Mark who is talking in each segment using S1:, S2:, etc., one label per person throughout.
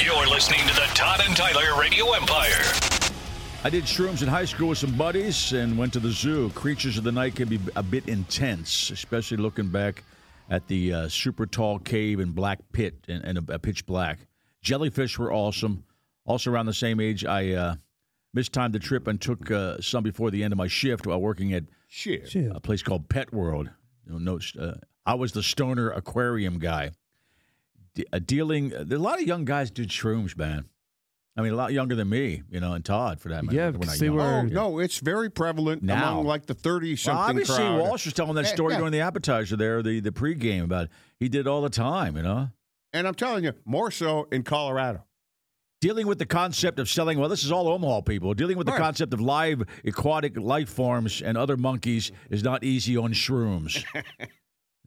S1: You're listening to the Todd and Tyler Radio Empire.
S2: I did shrooms in high school with some buddies and went to the zoo. Creatures of the night can be a bit intense, especially looking back at the uh, super tall cave and black pit and, and a, a pitch black. Jellyfish were awesome. Also, around the same age, I uh, mistimed the trip and took uh, some before the end of my shift while working at a place called Pet World. You know, no, uh, I was the stoner aquarium guy. De- uh, dealing, a lot of young guys did shrooms, man. I mean, a lot younger than me, you know, and Todd for that matter.
S3: Yeah,
S2: We're not
S3: because they
S2: young.
S3: were-
S4: Oh no, it's very prevalent
S2: Now.
S4: among like the thirty
S2: Well,
S4: something
S2: obviously,
S4: crowd.
S2: Walsh was telling that
S4: Yeah,
S2: story
S4: yeah.
S2: during the appetizer there, the the pregame about it. he did all the time, you know,
S4: and I'm telling you, more so in Colorado.
S2: dealing with the concept of selling. Well, this is all Omaha people dealing with the
S4: Right.
S2: concept of live aquatic life forms and other monkeys is not easy on shrooms.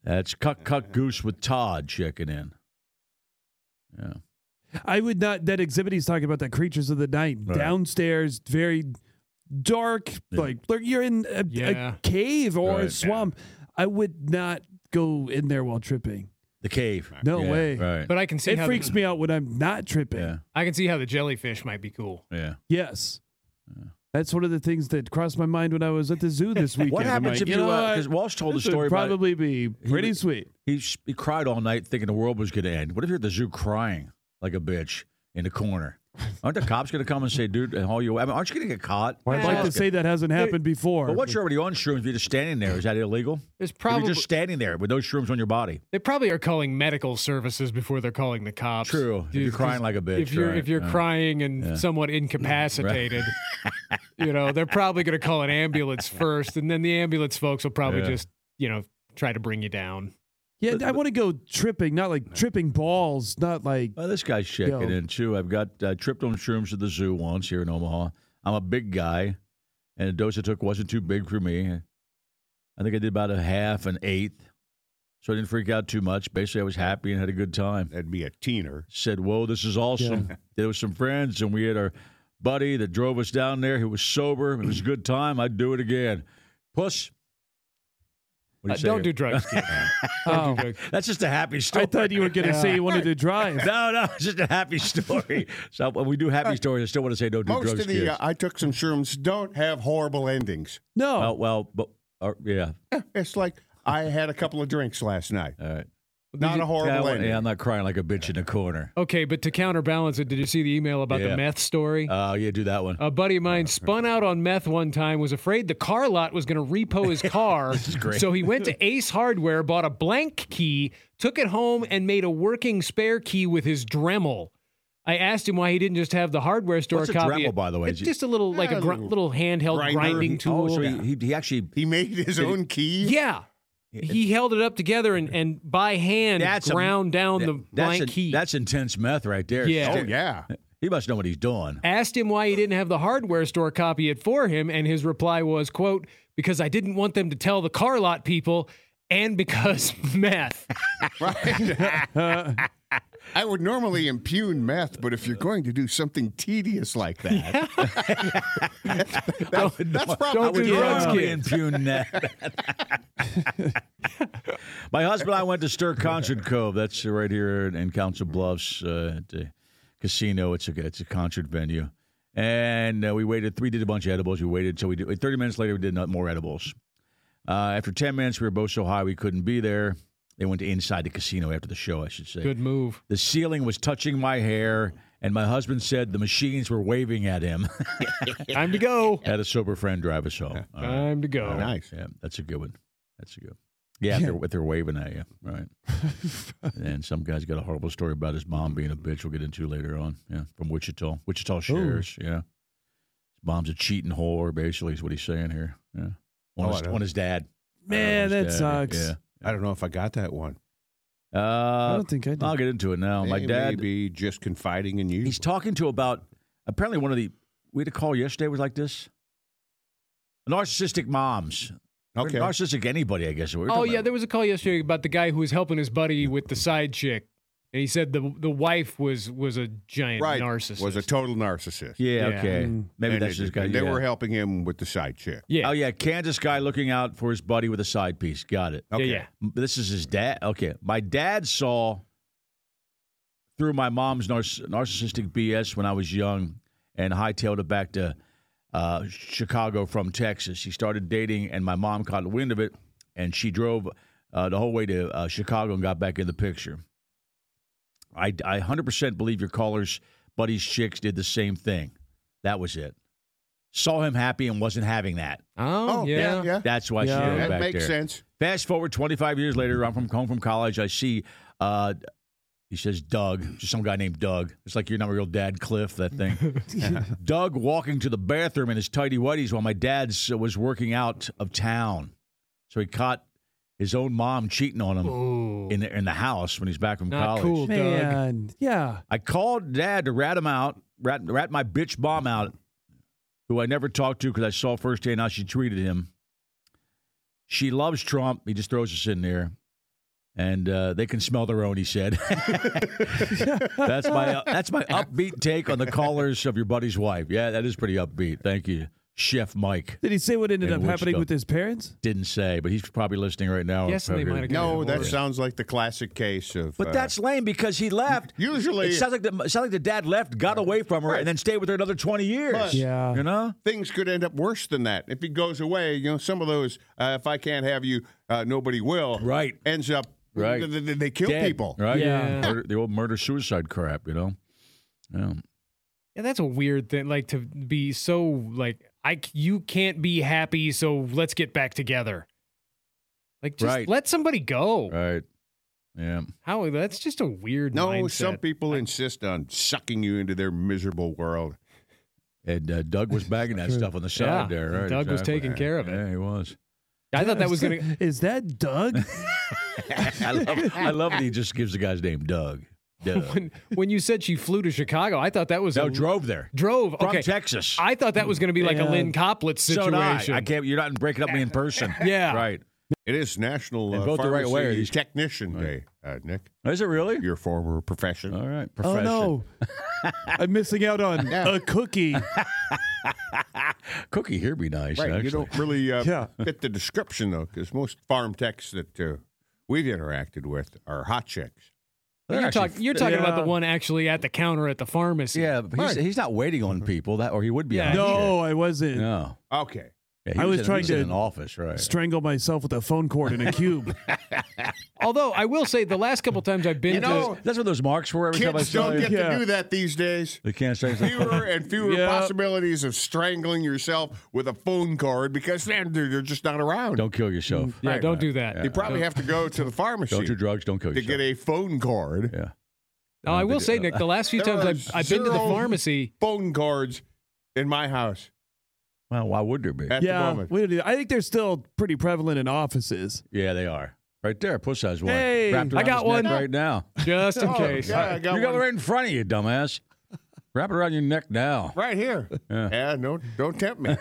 S2: That's cuck cuck goose with Todd checking in. Yeah,
S3: I would not. That exhibit he's talking about, that Creatures of the Night,
S2: Right.
S3: downstairs, very dark, like like you're in a, a
S5: Yeah.
S3: cave or
S2: Right.
S3: a swamp. I would not go in there while tripping.
S2: the cave.
S3: No
S2: Yeah,
S3: way.
S2: Right.
S5: But I can see
S3: It
S5: how
S3: freaks
S5: the,
S3: me out when I'm not tripping.
S2: yeah.
S5: I can see how the jellyfish might be cool.
S2: Yeah.
S3: Yes. That's one of the things that crossed my mind when I was at the zoo this weekend.
S2: What
S3: I'm
S2: happens
S3: like,
S2: if
S3: you
S2: you?
S3: know what?
S2: Because Walsh told the
S3: This would
S2: story about
S3: probably be pretty
S2: would-
S3: sweet.
S2: He, sh- he cried all night thinking the world was going to end. What if you're at the zoo crying like a bitch in the corner? Aren't the cops going to come and say, dude, and haul you away? I mean, aren't you going to get caught?
S3: Well, I'd like to say that hasn't happened before.
S2: But once you're already on shrooms, you're just standing there. Is that illegal?
S5: There's
S2: If
S5: probably
S2: you're just standing there with those shrooms on your body.
S5: they probably are calling medical services before they're calling the cops.
S2: True. If you're
S5: Dude,
S2: crying like a bitch,
S5: if you're
S2: right,
S5: if you're
S2: yeah.
S5: crying and somewhat incapacitated, you know they're probably going to call an ambulance first, and then the ambulance folks will probably
S2: Yeah.
S5: just you know try to bring you down.
S3: yeah, I want to go tripping, not like tripping balls, not like
S2: Well, this guy's checking
S3: Yo.
S2: in too. I've got uh, tripped on shrooms at the zoo once here in Omaha. I'm a big guy, and the dose I took wasn't too big for me. I think I did about a half, an eighth. So I didn't freak out too much. Basically, I was happy and had a good time.
S4: That'd be a teener.
S2: said, "Whoa, this is awesome." There was some friends, and we had our buddy that drove us down there. He was sober. It was a good time. I'd do it again. Puss.
S5: Uh,
S2: What
S3: Uh,
S5: don't do drugs. kid.
S3: Oh,
S2: That's just a happy story.
S3: I thought you were going to say you wanted to drive.
S2: no, no, it's just a happy story. So when we do happy stories, I still want to say don't do
S4: Most
S2: drugs.
S4: of the
S2: kids.
S4: uh, oh. I took some shrooms don't have horrible endings.
S3: No.
S2: well, well, but uh, yeah,
S4: It's like I had a couple of drinks last night.
S2: all right.
S4: Not a
S2: Yeah, I
S4: horrible
S2: want-
S4: ending.
S2: yeah, I'm not crying like a bitch in the corner.
S5: okay, but to counterbalance it, did you see the email about
S2: Yeah.
S5: the meth story?
S2: Oh, yeah, do that one.
S5: A buddy of mine spun out on meth one time, was afraid the car lot was going to repo his car.
S2: great.
S5: So he went to Ace Hardware, bought a blank key, took it home, and made a working spare key with his Dremel. I asked him why he didn't just have the hardware store
S2: What's a
S5: copy.
S2: Dremel, by the way?
S5: It's just a little, like a
S4: Yeah,
S5: gr-
S4: little
S5: little handheld
S4: grinder.
S5: grinding tool.
S2: oh, so he, he, he actually.
S4: he made his own key.
S5: yeah. He held it up together and, and by hand
S2: That's a-
S5: ground down the
S2: that- that's
S5: blank
S2: in-
S5: key.
S2: That's intense meth right there.
S5: Yeah.
S4: Oh yeah.
S2: He must know what he's doing.
S5: asked him why he didn't have the hardware store copy it for him and his reply was quote because i didn't want them to tell the car lot people and because meth
S4: Right. I would normally impugn meth, but if you're going to do something tedious like that, that's, that's probably
S5: don't
S4: wrong.
S5: do drugs,
S2: Yeah.
S5: kid.
S2: Impugn that. My husband and I went to Stir Concert Cove. That's right here in Council Bluffs uh, at the casino. It's a it's a concert venue, and uh, we waited. We did a bunch of edibles. We waited until we did. Thirty minutes later, we did not more edibles. Uh, after ten minutes, we were both so high we couldn't be there. They went to inside the casino after the show. I should say.
S5: good move
S2: The ceiling was touching my hair, and my husband said the machines were waving at him.
S5: time to go
S2: Had a sober friend drive us home. All right.
S5: time to go
S4: Nice.
S2: Yeah, that's a good one. That's a good. One. Yeah, if They're, if they're waving at you, right? and some guy's got a horrible story about his mom being a bitch. We'll get into later on. Yeah, from Wichita, Wichita shares. Yeah, Mom's a cheating whore, basically, is what he's saying here. Yeah. On,
S4: Oh, I
S2: his,
S4: know.
S2: on his dad.
S3: Man,
S2: On
S3: that
S2: his dad,
S3: sucks.
S4: I don't know if I got that one.
S2: Yeah.
S3: I
S2: Uh,
S3: don't think I did.
S2: I'll get into it now. Oh, My
S4: They
S2: dad.
S4: may be just confiding in you.
S2: He's talking to about apparently one of the we had a call yesterday was like this. Narcissistic moms. Or
S4: Okay.
S2: Narcissistic anybody, I guess. We were
S5: oh
S2: talking
S5: yeah,
S2: about-
S5: there was a call yesterday about the guy who was helping his buddy with the side chick, and he said the the wife was was a giant
S4: right.
S5: narcissist.
S4: Was a total narcissist.
S2: yeah,
S5: Yeah.
S2: okay.
S3: Mm.
S2: Maybe
S4: And
S2: that's
S4: it-
S2: just guy.
S4: and They
S2: yeah.
S4: were helping him with the side chick.
S5: yeah.
S2: Oh yeah, Kansas guy looking out for his buddy with a side piece. Got it.
S5: yeah,
S4: Okay.
S5: yeah.
S2: M- This is his dad. Okay, my dad saw through my mom's nar- narcissistic BS when I was young and hightailed it back to uh, Chicago from Texas. She started dating, and my mom caught wind of it, and she drove uh, the whole way to uh, Chicago and got back in the picture. I, I 100% believe your callers, buddies, chicks did the same thing. That was it. Saw him happy and wasn't having that.
S5: Oh, yeah.
S4: yeah. yeah.
S2: That's why she
S3: Yeah.
S2: drove
S4: That
S2: back
S4: makes
S2: there.
S4: sense.
S2: Fast forward 25 years later, I'm from home from college. I see, uh, he says Doug, just some guy named Doug. It's like you're not my real dad, Cliff. That thing. Doug walking to the bathroom in his tidy whities while my dad uh, was working out of town. So he caught his own mom cheating on him
S5: Ooh.
S2: in the, in the house when he's back from
S5: Oh. Not
S2: college.
S5: cool, Doug.
S3: Man, yeah.
S2: I called dad to rat him out, rat, rat my bitch mom out, who I never talked to because I saw firsthand how she treated him. She loves Trump. He just throws us in there. And uh, they can smell their own, he said. that's my uh, that's my upbeat take on the callers of your buddy's wife. Yeah, that is pretty upbeat. Thank you, Chef Mike.
S3: Did he say what ended
S2: In
S3: up happening
S2: Woodstock.
S3: with his parents?
S2: Didn't say, but he's probably listening right now.
S5: Yes, they might have got
S4: No,
S5: Yeah,
S4: that
S5: yeah.
S4: sounds like the classic case of.
S2: But
S4: uh,
S2: that's lame because he left.
S4: Usually-
S2: it sounds like the it sounds like the dad left, got away from her, and then stayed with her another twenty years.
S4: But-
S3: Yeah.
S2: you know.
S4: things could end up worse than that. If he goes away, you know, some of those, uh, if I can't have you, uh, nobody will.
S2: Right.
S4: Ends up,
S2: Right.
S4: th- th- they kill
S2: Dead,
S4: people.
S2: right?
S5: Yeah.
S2: Murder- the old murder suicide crap, you know. Yeah.
S5: Yeah, that's a weird thing. Like to be so like I c- you can't be happy, so let's get back together. Like just
S2: Right.
S5: let somebody go.
S2: Right. Yeah.
S5: How that's just a weird.
S4: No,
S5: mindset.
S4: some people insist on sucking you into their miserable world.
S2: And uh, Doug was bagging that stuff on the side
S5: Yeah,
S2: there.
S5: and
S2: Right,
S5: Doug was taking care of it.
S2: Yeah, he was.
S5: I thought that was gonna.
S3: Is that Doug?
S2: I love. I love that he just gives the guy's name Doug. Doug.
S5: when, when you said she flew to Chicago, I thought that was
S2: no,
S5: a,
S2: drove there
S5: drove.
S2: from
S5: okay,
S2: Texas.
S5: I thought that was going to be like a
S3: Yeah.
S5: Lynn Coplett
S2: so
S5: situation.
S2: did I. I can't. You're not breaking up me in person.
S5: Yeah.
S2: Right.
S4: It is National
S2: And
S4: uh,
S2: vote the right way,
S4: Pharmacy
S2: these-
S4: Technician Day, uh, Nick,
S2: Is it really?
S4: your former profession.
S2: All right.
S3: oh,
S2: Profession.
S3: no. I'm missing out on a cookie.
S2: Cookie here be nice.
S4: right.
S2: Actually.
S4: You don't really uh,
S3: Yeah.
S4: fit the description, though, because most farm techs that uh, we've interacted with are hot chicks.
S2: They're
S5: You're,
S2: actually-
S5: talk, you're talking about the
S3: Yeah.
S5: one actually at the counter at the pharmacy.
S2: Yeah, but he's, he's not waiting on people that, or he would be.
S5: Yeah.
S2: on
S3: No, I wasn't.
S2: shit. No.
S4: Okay.
S2: Yeah, he
S3: I was
S2: in-
S3: trying
S2: in
S3: to-
S2: an office, right?
S3: Strangle myself with a phone cord in a cube.
S5: Although I will say, the last couple times I've been
S4: You know,
S5: to,
S2: That's what those marks were every time I
S4: Kids
S2: saw
S4: don't
S2: you.
S4: get
S3: Yeah.
S4: to do that these days.
S2: They can't say
S4: fewer and fewer
S3: Yeah.
S4: possibilities of strangling yourself with a phone cord because they're, they're they're just not around.
S2: Don't kill yourself.
S5: yeah,
S4: Right,
S5: don't
S4: right.
S5: do that.
S4: you probably have to go to the pharmacy
S2: Don't do drugs. Don't kill
S4: to
S2: yourself.
S4: get a phone cord.
S2: yeah.
S5: Oh, I will say, Nick, the last few
S4: There
S5: times
S4: are
S5: I've, I've been to the
S4: zero-
S5: pharmacy,
S4: Phone cords in my house
S2: Well, why would there be?
S4: at the
S3: yeah.
S4: moment.
S3: we don't do that. I think they're still pretty prevalent in offices.
S2: Yeah, they are. Right there, puss has one.
S3: Hey,
S2: Wrapped
S5: I
S2: around
S5: got
S2: his neck
S5: one.
S2: right now.
S5: just in
S4: Oh,
S5: case.
S4: yeah, I got
S2: you got it
S4: one
S2: right in front of you, dumbass. Wrap it around your neck now.
S4: right here. Yeah, no, don't tempt me.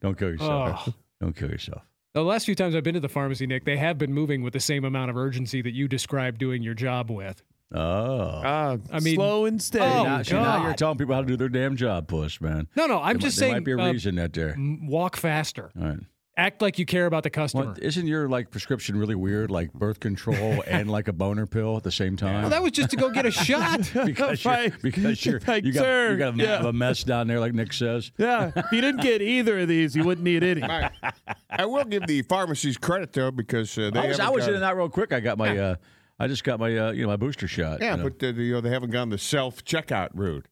S2: Don't kill yourself.
S5: Oh.
S2: Don't kill yourself.
S5: The last few times I've been to the pharmacy, Nick, they have been moving with the same amount of urgency that you described doing your job with.
S2: Oh.
S3: Uh,
S5: I mean-
S3: slow and steady.
S5: Oh,
S2: now, see, now you're
S5: God.
S2: telling people how to do their damn job, puss, man.
S5: No, no, I'm
S2: There might-
S5: just saying.
S2: There might be a
S5: uh,
S2: reason that there.
S5: m- walk faster.
S2: All right.
S5: Act like you care about the customer.
S2: Well, isn't your like prescription really weird? Like birth control and like a boner pill at the same time.
S5: Well, that was just to go get a shot.
S2: because you're,
S3: Right.
S2: because you're,
S3: Like,
S2: you got
S3: sir,
S2: you got a, ma-
S3: yeah.
S2: a mess down there, like Nick says.
S3: yeah. If you didn't get either of these, you wouldn't need any.
S4: I will give the pharmacies credit though because uh, they
S2: I was, I
S4: haven't
S2: was in
S4: gone-
S2: and out real quick. I got my uh, I just got my uh, you know my booster shot.
S4: Yeah,
S2: you know.
S4: but uh, you know they haven't gone the self checkout route.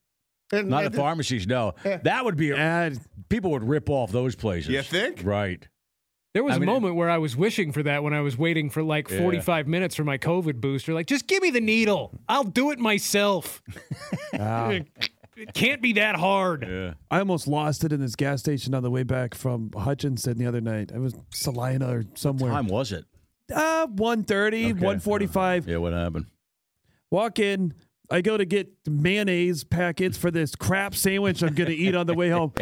S4: And-
S2: not
S4: and-
S2: at pharmacies. No, that would be
S3: And
S2: people would rip off those places.
S4: You think?
S2: Right.
S5: There was
S2: I mean,
S5: a moment where I was wishing for that when I was waiting for like
S2: Yeah.
S5: 45 minutes for my COVID booster. Like, just give me the needle. I'll do it myself. It can't be that hard.
S3: I almost lost it in this gas station on the way back from Hutchinson the other night. I was Salina or somewhere.
S2: time was it?
S3: Uh, 130,
S2: Okay.
S3: 145.
S2: Yeah, what happened?
S3: Walk in. I go to get mayonnaise packets for this crap sandwich I'm going to eat on the way home.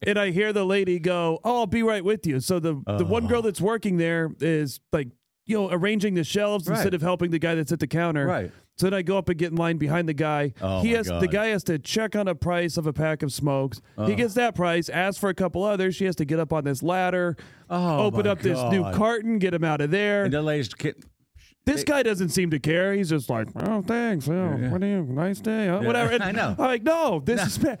S3: And I hear the lady go, Oh, I'll be right with you. So the, the one
S2: Oh.
S3: girl that's working there is like, you know, arranging the shelves
S2: Right.
S3: instead of helping the guy that's at the counter.
S2: Right.
S3: So then I go up and get in line behind the guy.
S2: Oh,
S3: he
S2: my
S3: has the
S2: God. Uh.
S3: guy has to check on a price of a pack of smokes. He gets that price, asks for a couple others. She has to get up on this ladder,
S2: Oh,
S3: open
S2: my
S3: up this new
S2: God.
S3: carton, get him out of there.
S2: And the latest kid.
S3: This guy doesn't seem to care. He's just like, oh, thanks. Oh, what do you? Nice day. Oh, whatever. And
S2: I know.
S3: I'm like, no, this is bad.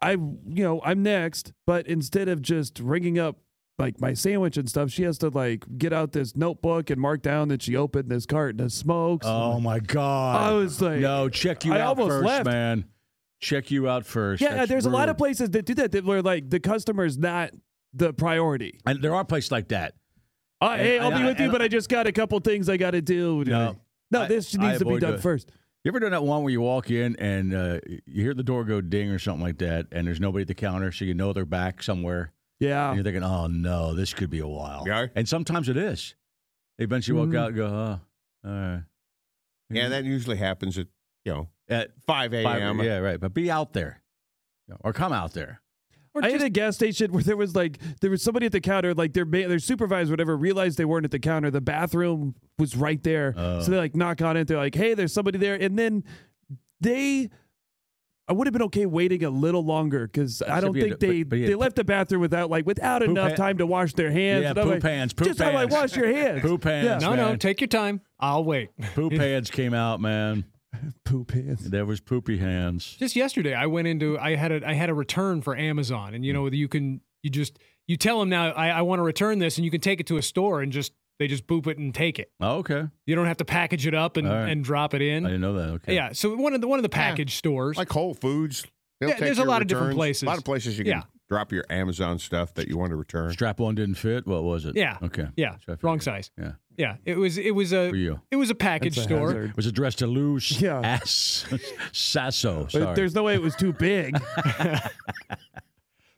S3: I, you know, I'm next. But instead of just ringing up like my sandwich and stuff, she has to like get out this notebook and mark down that she opened this carton of smokes.
S2: Oh my God!
S3: I was like-
S2: no, check you
S3: I
S2: out
S3: almost
S2: first,
S3: left.
S2: man. Check you out first.
S3: yeah,
S2: That's
S3: there's a lot of
S2: rude.
S3: places that do that that where like the customer's not the priority.
S2: and there are places like that.
S3: Uh, hey, I'll
S2: and
S3: be
S2: I-
S3: with you,
S2: and
S3: but
S2: I-
S3: I just got a couple things I got to do.
S2: No.
S3: no,
S2: I-
S3: this
S2: I
S3: needs to be
S2: avoid
S3: done
S2: doing-
S3: first.
S2: You ever done that one where you walk in and uh, you hear the door go ding or something like that, and there's nobody at the counter, so you know they're back somewhere,
S3: Yeah.
S2: and you're thinking, "Oh no, this could be a while."
S4: Yeah.
S2: And sometimes it is. They eventually
S3: Mm-hmm.
S2: walk out and go, "Oh, all right."
S4: Yeah, that usually happens at you know
S2: At
S4: 5 a.m.
S2: yeah, right. But be out there, or come out there.
S3: I had a gas station where there was like there was somebody at the counter, like their ma- their supervisor, whatever, realized they weren't at the counter. The bathroom was right there, so
S2: Oh.
S3: they like knock on it. They're like, "Hey, there's somebody there," and then they. I would have been okay waiting a little longer because I
S2: Except
S3: don't
S2: you had
S3: think
S2: to-
S3: they
S2: but- but you had
S3: they
S2: to-
S3: left the bathroom without like without
S2: Poop
S3: enough
S2: pa-
S3: time to wash their hands.
S2: Yeah,
S3: And I'm
S2: poop
S3: like,
S2: hands, poop
S3: just how I
S2: hands.
S3: wash your hands.
S2: Poop hands.
S3: Yeah.
S5: No, no,
S2: man.
S5: take your time. I'll wait.
S2: Poop hands came out, man.
S3: Poop hands.
S2: There was poopy hands.
S5: Just yesterday, I went into I had a I had a return for Amazon, and you know you can you just you tell them now I, I want to return this, and you can take it to a store and just they just boop it and take it.
S2: Oh, okay,
S5: You don't have to package it up and,
S2: All right.
S5: and drop it
S2: I
S5: in.
S2: didn't know that. Okay,
S5: Yeah, so one of the one of the package stores.
S4: like Whole Foods. They'll
S5: Yeah,
S4: take
S5: there's a
S4: your
S5: lot of different
S4: returns.
S5: places.
S4: A lot of places you can
S5: Yeah.
S4: drop your Amazon stuff that you want to return.
S2: Strap on didn't fit. What was it?
S5: Yeah.
S2: Okay.
S5: Yeah.
S2: That's what I
S5: Wrong
S2: figured.
S5: size.
S2: Yeah.
S5: yeah, it was it was a
S2: For you.
S5: it was a package
S3: That's a
S5: store.
S3: hazard.
S2: Was it dressed to loose?
S3: Yeah.
S2: Ass. Sasso.
S3: But
S2: Sorry.
S3: There's no way it was too big.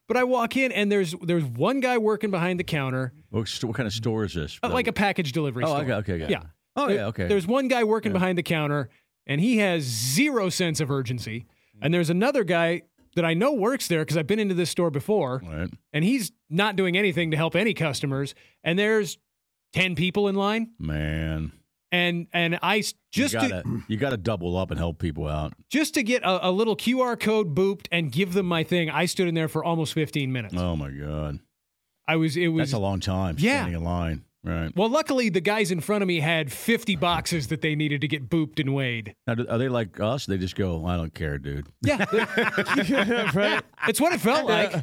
S5: But I walk in and there's there's one guy working behind the counter,
S2: what, st- what kind of store is this?
S5: uh, like a package delivery
S2: Oh,
S5: store.
S2: okay, okay, okay.
S5: Yeah.
S2: Oh,
S5: There-
S2: yeah, okay.
S5: There's one guy working behind the counter and he has zero sense of urgency. And there's another guy that I know works there because I've been into this store before
S2: All right.
S5: and he's not doing anything to help any customers. And there's 10 people in line
S2: Man.
S5: and and I s- just
S2: you gotta,
S5: to,
S2: you gotta double up and help people out.
S5: just to get a, a little QR code booped and give them my thing, I stood in there for almost 15 minutes.
S2: Oh my god.
S5: I was it was
S2: That's a long time
S5: Yeah.
S2: standing in line. Right.
S5: Well, luckily, the guys in front of me had 50 boxes that they needed to get booped and weighed.
S2: Now, do- are they like us? They just go, I don't care, dude.
S5: Yeah,
S3: Yeah, right?
S5: it's what it felt like.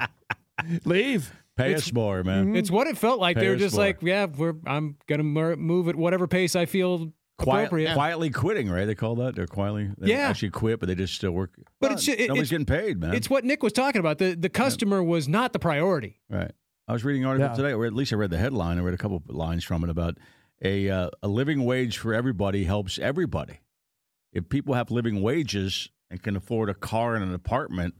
S3: Leave.
S2: Pay us more, man.
S5: It's what it felt like.
S2: Pay
S5: They were
S2: us
S5: just
S2: more.
S5: like, yeah, we're I'm gonna mer- move at whatever pace I feel
S2: Quiet-
S5: appropriate.
S2: quietly quitting, right? They call that. They're quietly. They don't
S5: Yeah.
S2: actually quit, but they just still work.
S5: But
S2: Well,
S5: it's ju- it-
S2: nobody's getting paid, man.
S5: It's what Nick was talking about. The the customer was not the priority.
S2: Right. I was reading an article
S3: Yeah.
S2: today, or at least I read the headline. I read a couple of lines from it about a uh, a living wage for everybody helps everybody. If people have living wages and can afford a car and an apartment,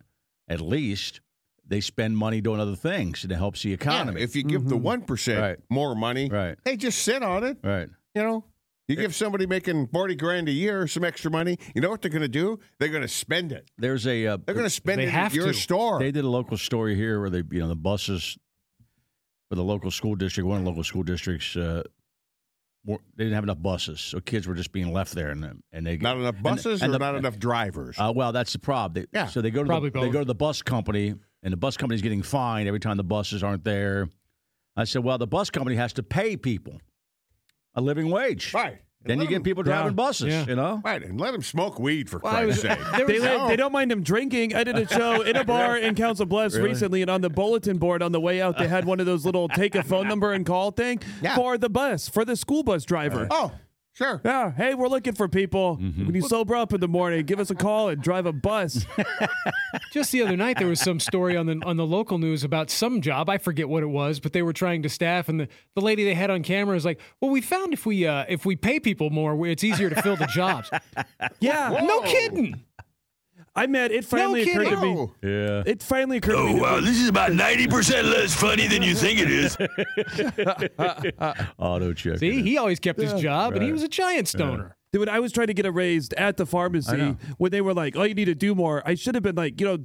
S2: at least they spend money doing other things, and it helps the economy. Mm-hmm.
S4: Yeah, if you give the one percent
S2: Right.
S4: more money,
S2: Right.
S4: they just sit on it.
S2: right.
S4: You know, You give somebody making 40 grand a year some extra money, you know what they're going to do? They're going to spend it.
S2: There's a uh,
S4: They're going to spend
S5: They
S4: it
S5: have
S4: at your
S5: to.
S4: store.
S2: They did a local story here where they, you know, the buses for the local school district, one of the local school districts, uh, were, they didn't have enough buses, so kids were just being left there, and and they
S4: not enough
S2: and-
S4: buses
S2: and
S4: or
S2: the-
S4: not enough drivers.
S2: Uh, well, that's the problem. They,
S4: Yeah,
S2: so they go to
S5: probably
S2: the, they
S5: both.
S2: go to the bus company, and the bus company's getting fined every time the buses aren't there. I said, well, the bus company has to pay people a living wage.
S4: right.
S2: Then you
S4: Let
S2: get
S4: 'em-
S2: people driving buses.
S5: Yeah.
S2: You know.
S4: Right, and let them smoke weed for
S5: I
S4: Christ's
S5: was-
S4: sake.
S5: there
S3: They,
S5: was-
S3: let- they don't mind him drinking. I did a show in a bar in Council Bluffs recently, and on the bulletin board on the way out, they had one of those little take a phone number and call thing
S4: Yeah.
S3: for the bus, for the school bus driver.
S4: Oh, sure.
S3: Yeah, hey, we're looking for people. When you sober up in the morning, give us a call and drive a bus.
S5: Just the other night, there was some story on the on the local news about some job. I forget what it was, but they were trying to staff, and the, the lady they had on camera is like, "Well, we found if we uh, if we pay people more, it's easier to fill the jobs."
S3: Yeah,
S4: Whoa.
S5: no kidding.
S3: I met. It finally occurred to me.
S4: Whoa.
S2: Yeah.
S3: It finally occurred to me. that-
S1: this is about 90% less funny than you think it is.
S2: Auto check.
S5: See, he always kept his job, and he was a giant stoner.
S3: Dude, when I was trying to get a raise at the pharmacy, when they were like, "Oh, you need to do more," I should have been like, you know,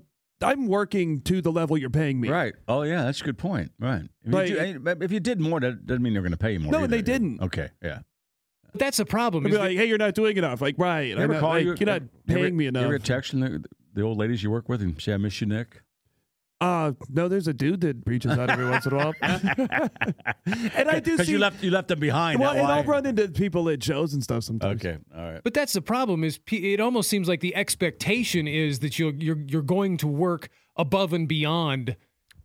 S3: I'm working to the level you're paying me.
S2: Right. Oh, yeah. That's a good point. Right. If,
S3: Like-
S2: you, do- but if you did more, that doesn't mean they're going to pay you more.
S3: No,
S2: either.
S3: they didn't.
S2: Okay. Yeah.
S5: But that's the
S3: I'd
S5: problem.
S3: be
S5: is
S3: like, "Hey, you're not doing enough." Like, right? I'm not, like, you're not paying me enough.
S2: You ever text from the, the old ladies you work with and say, "I miss you, Nick."
S3: Uh, no, there's a dude that reaches out every once in a while, and I do
S2: Because
S3: see.
S2: you left you left them behind.
S3: well,
S2: that
S3: and I'll
S2: why.
S3: run into people at shows and stuff sometimes.
S2: Okay. All right.
S5: But that's the problem. Is pe- it almost seems like the expectation is that you're you're you're going to work above and beyond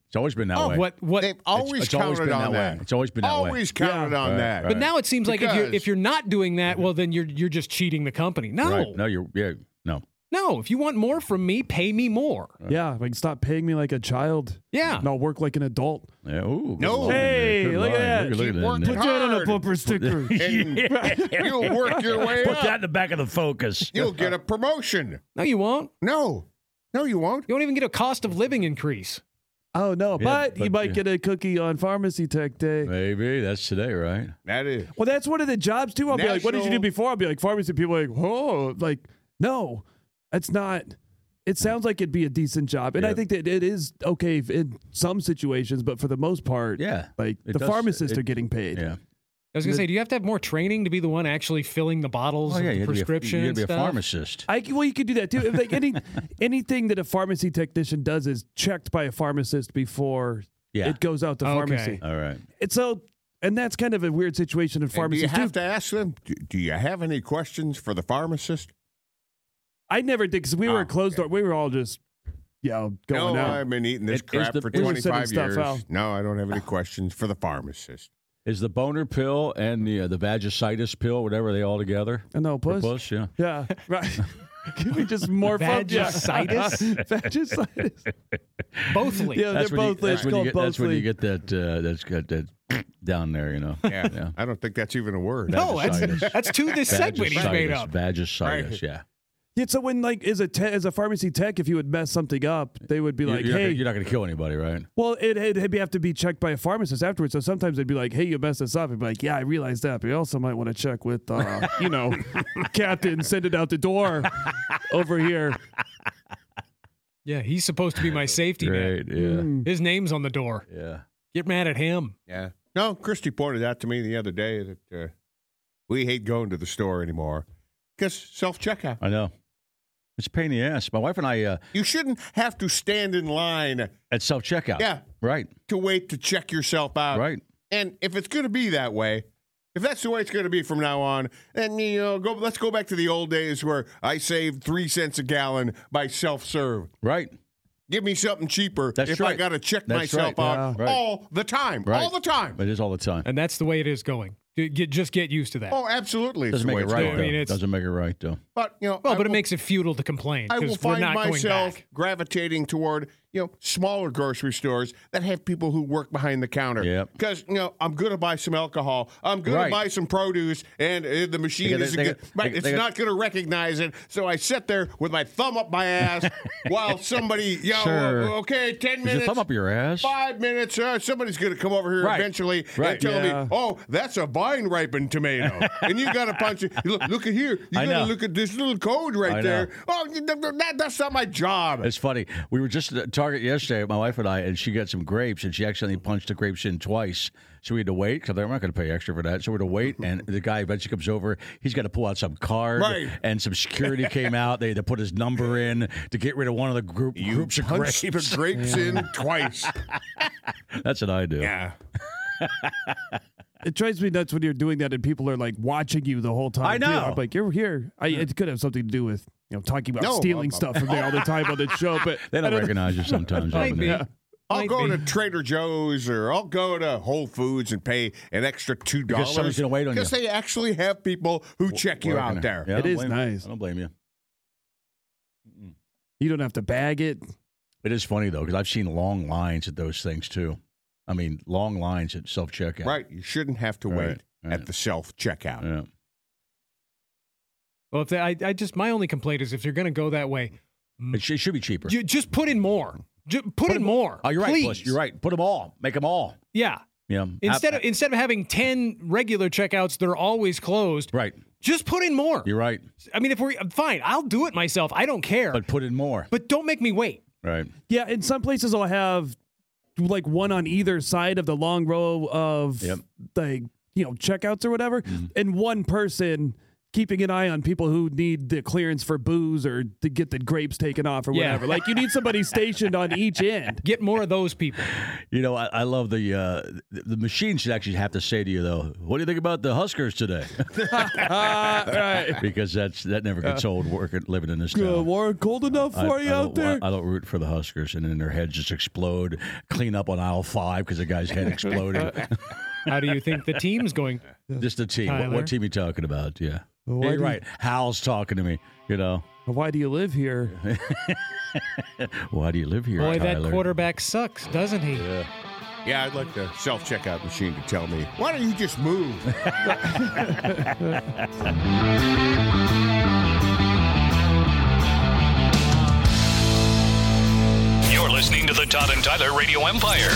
S2: It's always been that
S3: Oh,
S2: way.
S5: what what.
S4: They've always
S2: it's
S4: counted
S2: always been that
S4: on
S2: way. It's always been that way.
S4: Always counted on
S2: Right,
S4: that.
S2: right.
S5: But now it seems like if
S4: Because-
S5: you're if you're not doing that, well, then you're you're just cheating the company. No,
S2: Mm-hmm. Right. No, you're. Yeah. No.
S5: no. If you want more from me, pay me more.
S3: Yeah, like stop paying me like a child.
S5: Yeah.
S3: and I'll work like an adult.
S2: Yeah. Ooh. good
S4: No.
S2: line, Nick.
S3: Hey,
S2: Good
S3: look at
S2: line.
S3: that.
S2: Look,
S4: Keep
S2: look at
S4: working.
S2: that.
S3: Put
S2: Nick.
S4: Hard.
S3: that on a bumper sticker.
S4: And you'll work your way
S2: Put that
S4: up.
S2: in the back of the focus.
S4: You'll get a promotion.
S5: No, you won't.
S4: No, no, you won't.
S5: You won't even get a cost of living increase.
S3: oh no,
S2: Yeah,
S3: but, you
S2: but-
S3: might
S2: yeah.
S3: get a cookie on Pharmacy Tech Day.
S2: Maybe that's today, right?
S4: That is.
S3: Well, that's one of the jobs too. I'll be like, what did you do
S4: National-
S3: before? I'll be like, pharmacy. People are like, oh, like, no, that's not. It sounds like it'd be a decent job, and I
S2: Yeah.
S3: think that it is okay if- in some situations, but for the most part,
S2: Yeah.
S3: like
S2: It
S3: the
S2: does-
S3: pharmacists
S2: it-
S3: are getting paid.
S2: Yeah.
S5: I was gonna say, do you have to have more training to be the one actually filling the bottles
S2: Oh yeah.
S5: of the
S2: You got
S5: prescription?
S2: to
S5: and
S2: be a
S5: stuff?
S2: pharmacist.
S3: I well, you could do that too. If, like any anything that a pharmacy technician does is checked by a pharmacist before
S2: Yeah.
S3: it goes out to
S5: Okay.
S3: pharmacy.
S2: All right.
S3: It's so, and that's kind of a weird situation in
S4: And do
S3: pharmacy
S4: you
S3: too.
S4: have to ask them? Do, do you have any questions for the pharmacist?
S3: I never did because we were
S4: Oh,
S3: a closed door. We were all just, you know, going
S4: no,
S3: out.
S4: I've been eating this
S2: It- is
S4: crap
S2: the-
S4: for
S2: We
S3: were sending
S4: 25
S3: stuff
S4: years.
S3: out.
S4: No, I don't have any questions for the pharmacist.
S2: Is the boner pill and the uh, the vagicitis pill, whatever are they all together?
S3: I know,
S2: For
S3: puss.
S2: puss, yeah.
S3: Yeah, right. Can we just morph up? Yeah.
S5: Vagicitis?
S3: Vagicitis.
S5: Bothly.
S3: Yeah, they're
S2: when you-
S3: both. it's
S2: when
S3: called
S2: you get, that's when you
S3: bothly.
S2: get that. Uh, that's got that down there, you know.
S4: Yeah, I don't think that's even a word.
S5: No, that's
S2: Vagicitis.
S5: that's to this segment he's made
S2: Vagicitis,
S5: up.
S2: Vagicitis,
S4: Right.
S2: yeah.
S3: Yeah, so when like is a te- as a pharmacy tech, if you would mess something up, they would be
S2: You're-
S3: like,
S2: you're,
S3: "Hey,
S2: not, you're not going to kill anybody, right?
S3: well, it, it'd, it'd have to be checked by a pharmacist afterwards." So sometimes they'd be like, "Hey, you messed this up." I'd be like, "Yeah, I realized that, but you also might want to check with, uh, you know, Captain, send it out the door over here."
S5: Yeah, he's supposed to be my safety net.
S2: Great, yeah,
S3: Mm.
S5: His name's on the door.
S2: yeah.
S5: Get mad at him.
S4: Yeah. No, Christy pointed out to me the other day that uh, we hate going to the store anymore because self checkout.
S2: I know. It's a pain in the ass. My wife and I uh,
S4: You shouldn't have to stand in line
S2: at self checkout.
S4: Yeah. Uh,
S2: Right.
S4: to wait to check yourself out.
S2: right.
S4: And if it's going to be that way, if that's the way it's going to be from now on, then you know, go. Let's go back to the old days where I saved three cents a gallon by self serve.
S2: Right.
S4: Give me something cheaper
S2: That's
S4: if I
S2: right.
S4: got to check
S2: That's
S4: myself
S2: right.
S4: out
S2: Yeah. Right.
S4: all the time,
S2: Right.
S4: all the time.
S2: It is all the time.
S5: And that's the way it is going. Do- Get, just get used to that.
S4: Oh, absolutely. it's
S2: Doesn't
S4: the
S2: make
S4: way
S2: it
S4: it's
S2: right.
S4: going.
S2: though.
S5: I mean, it's-
S2: Doesn't make it right though.
S4: But you know,
S5: Well,
S4: I
S5: but it
S4: will-
S5: makes it futile to complain
S4: I will
S5: because we're
S4: find
S5: not going
S4: myself
S5: back.
S4: gravitating toward you know, smaller grocery stores that have people who work behind the counter.
S2: Yep.
S4: Because, you know, I'm going to buy some alcohol. I'm going
S2: Right.
S4: to buy some produce, and uh, the machine
S2: gotta-
S4: isn't
S2: they
S4: good.
S2: gotta-
S4: Right,
S2: they-
S4: it's
S2: they gotta-
S4: not going to recognize it. So I sit there with my thumb up my ass while somebody, yo,
S2: Sir,
S4: okay, 10
S2: Is your
S4: minutes.
S2: thumb up your ass?
S4: Five minutes. Uh, somebody's going to come over here
S2: Right.
S4: eventually
S2: Right.
S4: and tell
S3: Yeah.
S4: me, "Oh, that's a vine ripened tomato," and you got to punch it. Look, look at here. You
S2: I
S4: got
S2: know.
S4: to look at this little code
S2: I know.
S4: right there. Oh, you- th- th- that, that's not my job.
S2: It's funny. We were just at Target yesterday, my wife and I, and she got some grapes, and she accidentally punched the grapes in twice. So we had to wait because I'm not going to pay extra for that. So we had to wait, and the guy eventually comes over. He's got to pull out some card,
S4: Right.
S2: and some security came out. They had to put his number in to get rid of one of the group groups of
S4: Punch the
S2: grapes.
S4: grapes in twice.
S2: That's what I do.
S4: Yeah.
S3: It drives me nuts when you're doing that and people are like watching you the whole time.
S2: I
S3: too.
S2: know.
S3: I'm like, you're here. I, it could have something to do with you know talking about
S4: No,
S3: stealing
S4: I'm-
S3: stuff from there all the time on the show, but
S2: They
S3: I
S2: don't
S3: don't-
S2: recognize you sometimes.
S5: Might
S2: Robin.
S5: be.
S4: I'll
S5: Might
S4: go
S5: be.
S4: to Trader Joe's or I'll go to Whole Foods and pay an extra two dollars.
S2: Because somebody's gonna wait on
S4: Because
S2: you.
S4: they actually have people who check you out there.
S2: Yeah, I
S3: It
S2: don't
S3: is
S2: blame
S3: nice.
S2: You. I don't blame you.
S3: You don't have to bag it.
S2: It is funny though because I've seen long lines at those things too. I mean, long lines at self checkout.
S4: Right. You shouldn't have to
S2: Right,
S4: wait
S2: right.
S4: at the self checkout.
S2: Yeah.
S5: Well, if they, I, I just my only complaint is if you're going to go that way,
S2: It, sh- it should be cheaper.
S5: ju- just put in more. Ju- put, in more.
S2: Oh, you're right.
S5: please.
S2: Puss. You're right. Put them all. Make them all.
S5: Yeah.
S2: Yeah.
S5: Instead
S2: I-
S5: of instead of having ten regular checkouts that are always closed,
S2: right,
S5: just put in more.
S2: you're right.
S5: I mean, if we're fine, I'll do it myself. I don't care.
S2: But put in more.
S5: but don't make me wait.
S2: Right.
S3: Yeah, in some places I'll have like one on either side of the long row of
S2: Yep.
S3: like you know checkouts or whatever, and one person keeping an eye on people who need the clearance for booze or to get the grapes taken off or
S5: Yeah.
S3: whatever. Like you need somebody stationed on each end.
S5: Get more of those people.
S2: You know, I, I love the uh, th- the machine should actually have to say to you though, "What do you think about the Huskers today?"
S3: Ah, right.
S2: because that's that never gets old working living in this
S3: Uh, Good,
S2: town.
S3: Warren, cold enough
S2: I,
S3: for
S2: I
S3: you
S2: don't,
S3: out there?
S2: want- I don't root for the Huskers, and then their heads just explode. Clean up on aisle five because the guy's head exploded.
S5: How do you think the team's going?
S2: just the team. What,
S5: Tyler.
S2: what team you talking about? Yeah,
S3: Why
S2: you're
S3: do you-
S2: right. Hal's talking to me. You know,
S3: Why do you live here?
S2: why do you live here,
S5: Boy, that
S2: Tyler?
S5: quarterback sucks, doesn't he?
S4: Yeah, I'd like the self checkout machine to tell me, why don't you just move?
S1: You're listening to the Todd and Tyler Radio Empire.